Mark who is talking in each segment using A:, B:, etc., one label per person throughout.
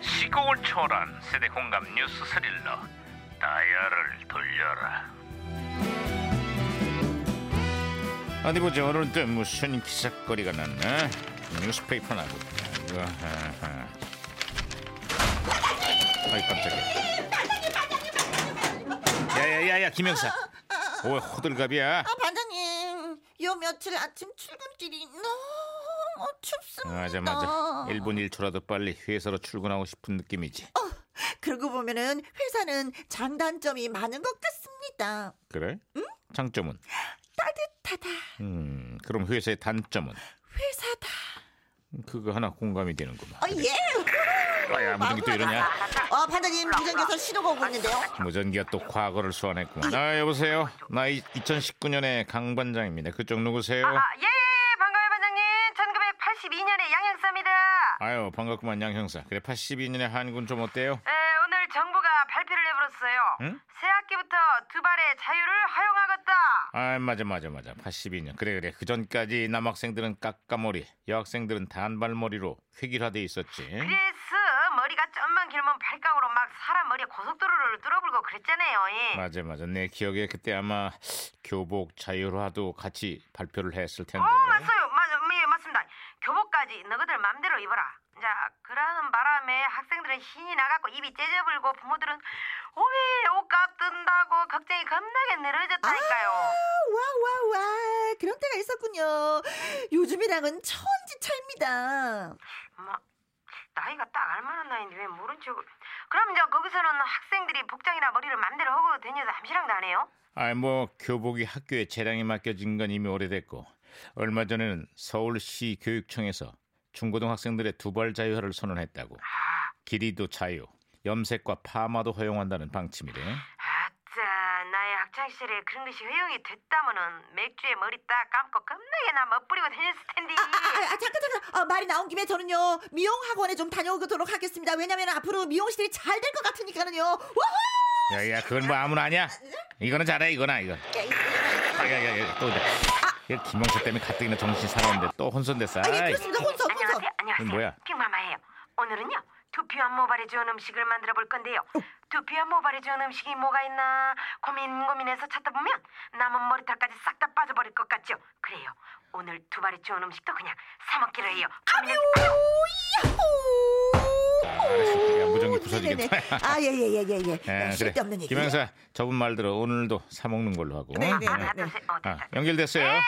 A: 시공을 초월한 세대 공감 뉴스 스릴러 다이아를 돌려라 어디 보자 오늘은 또 무슨 기사거리가 났나 뉴스페이퍼나 볼까 이거 아하. 아이 깜짝이야 야야야야 김영사 왜 호들갑이야
B: 아 반장님 요 며칠 아침 출근길이 너무 춥습니다
A: 맞아
B: 어.
A: 맞아 1분 1초라도 빨리 회사로 출근하고 싶은 느낌이지
B: 아, 그러고 보면은 회사는 장단점이 많은 것 같습니다
A: 그래? 장점은?
B: 따뜻하다
A: 음, 그럼 회사의 단점은?
B: 회사다
A: 그거 하나 공감이 되는구만.
B: 어예
A: 아야 무전기 또 이러냐?
B: 어 반장님 무전기에서 신호가 오고 있는데요 어,
A: 무전기가 또 과거를 소환했구만. 아 여보세요. 나 2019년의 강 반장입니다. 그쪽 누구세요?
C: 아, 예, 예, 반가워요, 반장님. 1982년에 양형사입니다.
A: 아유 반갑구만 양 형사. 그래 82년의 한군 좀 어때요?
C: 예, 오늘 정부가 발표를 해버렸어요.
A: 응?
C: 새 학기부터 두 발의 자유를 허용하겠다.
A: 아 맞아 맞아 맞아 82년 그래 그래 그 전까지 남학생들은 깎아머리 여학생들은 단발머리로 획일화돼 있었지
C: 그래서 머리가 좀만 길면 발각으로 막 사람 머리에 고속도로를 뚫어불고 그랬잖아요. 예.
A: 맞아 맞아 내 기억에 그때 아마 교복 자율화도 같이 발표를 했을 텐데
C: 어, 맞어요. 맞, 예, 맞습니다. 교복까지 너희들 맘대로 입어라. 자, 그러는 바람에 학생들은 신이 나갖고 입이 째져불고 부모들은 오이 옷값 뜬다고 걱정이 겁나게 늘어졌다니까요.
B: 와와와 그런 때가 있었군요 요즘이랑은 천지차입니다
C: 뭐 나이가 딱 알만한 나이인데 왜 모른 척을 그럼 이제 거기서는 학생들이 복장이나 머리를 맘대로 하고 다녀서 함시랑도 안 해요?
A: 아이 뭐 교복이 학교에 재량이 맡겨진 건 이미 오래됐고 얼마 전에는 서울시 교육청에서 중고등학생들의 두발 자유화를 선언했다고 길이도 자유 염색과 파마도 허용한다는 방침이래
C: 아따 나의 학창시절에 그런 것이 허용이 됐다면은 맥주에 머리 딱 감고 겁나게 나 멋부리고 다녔을 텐데
B: 아, 아, 아, 잠깐 잠깐 아, 말이 나온 김에 저는요 미용 학원에 좀 다녀오도록 하겠습니다 왜냐면 앞으로 미용실이 잘 될 것 같으니까는요 와호
A: 야야 그건 뭐 아무나 아냐 이거는 잘해 이거나 이거 야야야 또 이거 김영사 때문에 가뜩이나 정신 사나운데 또 혼선됐어
B: 아, 예,
A: 아이.
B: 그렇습니다. 혼선, 혼선.
C: 네, 안녕하세요
A: 이건
C: 안녕하세요
A: 음, 뭐야?
C: 빅마마예요 오늘은요 두피와 모발에 좋은 음식을 만들어 볼 건데요 두피와 모발에 좋은 음식이 뭐가 있나 고민 고민해서 찾다 보면 남은 머리털까지 싹 다 빠져버릴 것 같죠 그래요 오늘 두 발에 좋은 음식도 그냥 사 먹기로 해요 고민하지 마요.
A: 알았어.
B: 오야호!
A: 야, 아, 무전기 부서지겠다.
B: 네네. 아, 예, 예, 예, 예, 예.
A: 예,
B: 쉴데 없는 얘기.
A: 김영사 저분 말대로 오늘도 사 먹는 걸로 하고
B: 네, 네,
A: 예.
B: 네.
C: 하나 둘셋 어,
A: 아,
C: 됐다.
A: 연결됐어요
C: 에이,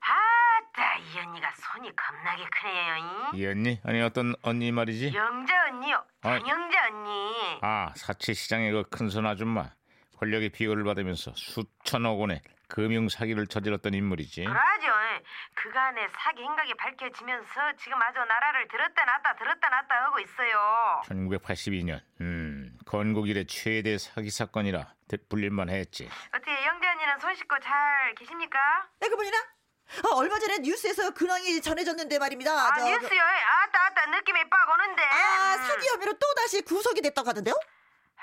C: 아따 이 언니가 손이 겁나게 크네요 이.
A: 이 언니 아니 어떤 언니 말이지
C: 영자 언니요
A: 아.
C: 장영자 언니
A: 아 사치 시장의 그 큰손 아줌마 권력의 비호를 받으면서 수천억 원의 금융 사기를 저질렀던 인물이지.
C: 그러죠. 예. 그간의 사기 행각이 밝혀지면서 지금 아주 나라를 들었다 놨다 들었다 놨다 하고 있어요.
A: 1982년 음, 건국 이래 최대 사기 사건이라 대- 불릴만 했지.
C: 어떻게 영재 언니는 손 씻고 잘 계십니까?
B: 네, 그분이나? 아, 얼마 전에 뉴스에서 근황이 전해졌는데 말입니다.
C: 아,
B: 저, 그-
C: 뉴스요. 아따 아따 느낌이 빡 오는데.
B: 아,
C: 음.
B: 사기 혐의로 또다시 구속이 됐다고 하던데요?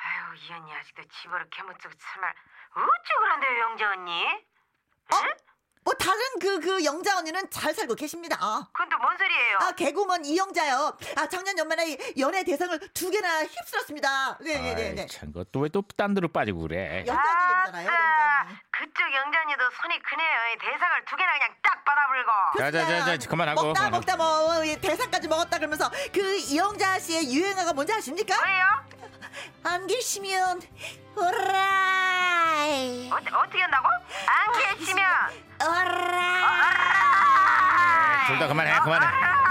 C: 아유 이 언니 아직도 집으로 개무쩍 참말. 어찌 그런데요 영재 언니? 응?
B: 뭐, 다른 그, 그 영자 언니는 잘 살고 계십니다. 아,
C: 그건 또 뭔 소리예요?
B: 아, 개구먼 이영자요. 아, 작년 연말에 연예 대상을 두 개나 휩쓸었습니다. 네, 네, 네. 네.
A: 아이 참, 그것도 왜 또 딴 데로 빠지고 그래.
B: 영자 언니잖아요, 영자 언니.
C: 그쪽 영재 언니도 손이 크네요. 대상을 두 개나 그냥 딱 받아불고.
A: 자, 자, 자, 자, 그만하고.
B: 먹다 먹다 뭐 예, 대상까지 먹었다 그러면서 그 이영자 씨의 유행어가 뭔지 아십니까?
C: 뭐예요?
B: 안 계시면 오라이
C: 어, 어떻게 한다고?
B: 아,
C: 안 계시면.
B: 어, 오라이
A: 둘 다 그만해, 그만해.
C: à?